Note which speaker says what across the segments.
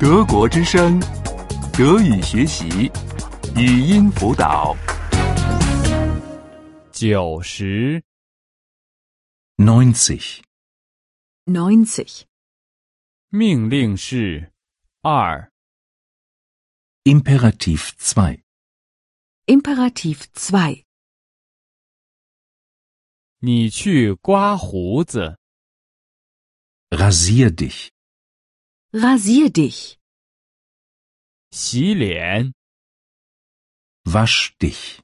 Speaker 1: 德国之声，德语学习，语音辅导。
Speaker 2: 九十
Speaker 3: 90.
Speaker 4: 90.
Speaker 2: 命令式二
Speaker 3: Imperativ 2.
Speaker 4: Imperativ 2.
Speaker 2: 你去刮胡子。
Speaker 3: Rasier dich.
Speaker 4: Rasier dich.
Speaker 2: 洗脸。
Speaker 3: Wasch dich.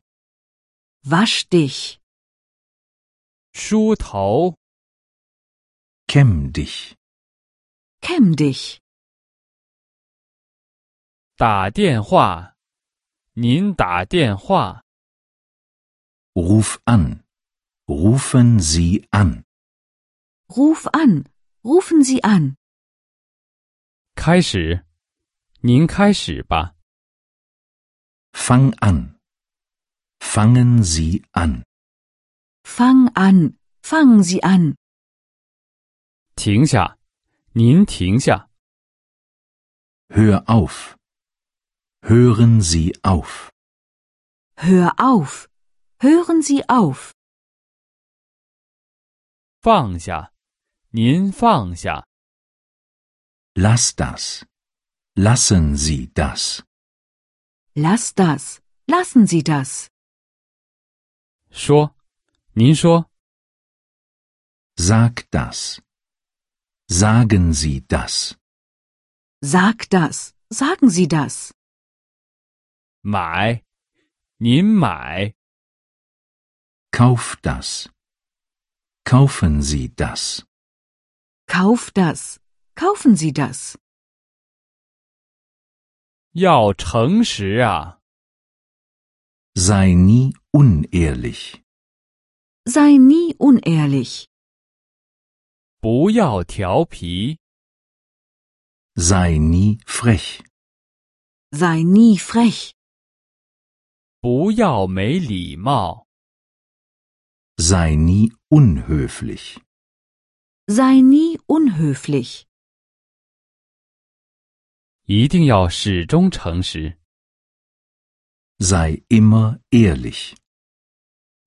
Speaker 4: Wasch dich.
Speaker 2: 梳头。
Speaker 3: Kämm dich.
Speaker 4: Kämm dich.
Speaker 2: 打电话。您打电话。
Speaker 3: Ruf an. Rufen Sie an.
Speaker 4: Ruf an. Rufen Sie an.
Speaker 2: 开始。您开始吧。
Speaker 3: Fang an. Fangen Sie an.
Speaker 4: Fang an. Fangen Sie an.
Speaker 2: 停下。您停下。
Speaker 3: Hör auf. Hören Sie auf.
Speaker 4: Hör auf. Hören Sie auf.
Speaker 2: 放下。您放下。
Speaker 3: Lass das. Lassen Sie das.
Speaker 4: Lass das. Lassen Sie das.
Speaker 2: 说。您说。
Speaker 3: Sag das. Sagen Sie das.
Speaker 4: Sag das. Sagen Sie das.
Speaker 2: 买。您买。
Speaker 3: Kauf das. Kaufen Sie das.
Speaker 4: Kauf das. Kaufen Sie das.
Speaker 2: 要诚实啊。
Speaker 3: Sei nie unehrlich.
Speaker 4: Sei nie unehrlich.
Speaker 2: 不要调皮。
Speaker 3: Sei nie frech.
Speaker 4: Sei nie frech.
Speaker 2: 不要没礼貌。
Speaker 3: Sei nie unhöflich.
Speaker 4: Sei nie unhöflich.
Speaker 2: 一定要始终诚实。
Speaker 3: Sei immer ehrlich.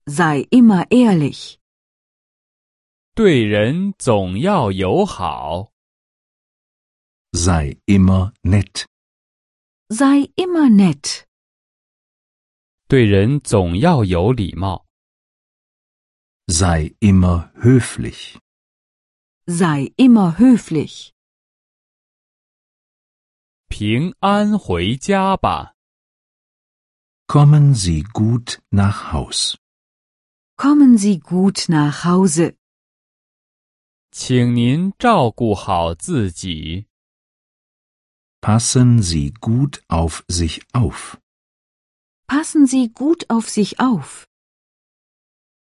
Speaker 4: Sei immer ehrlich.
Speaker 2: 对人总要友好，
Speaker 3: Sei immer nett.
Speaker 4: Sei immer nett.
Speaker 2: 对人总要有礼貌。
Speaker 3: Sei immer höflich.
Speaker 4: Sei immer höflich.
Speaker 2: 平安回家吧，
Speaker 3: Kommen Sie gut nach Haus.
Speaker 4: Kommen Sie gut nach Hause.
Speaker 2: 请您照顾好自己，
Speaker 3: Passen Sie gut auf sich auf.
Speaker 4: Passen Sie gut auf sich auf.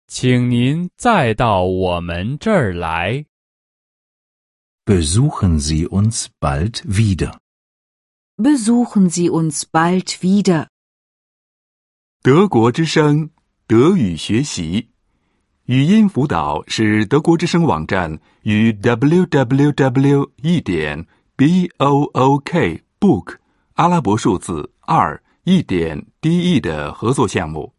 Speaker 2: 请您再到我们这儿来，
Speaker 3: Besuchen Sie uns bald wieder.
Speaker 4: Besuchen Sie uns bald wieder.
Speaker 1: 德国之声，德语学习，语音辅导是德国之声网站与 www. 一点 b o o k book 阿拉伯数字二一点 d e 的合作项目。